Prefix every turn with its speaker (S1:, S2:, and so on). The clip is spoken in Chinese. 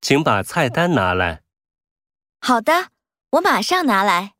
S1: 请把菜单拿来。
S2: 好的，我马上拿来。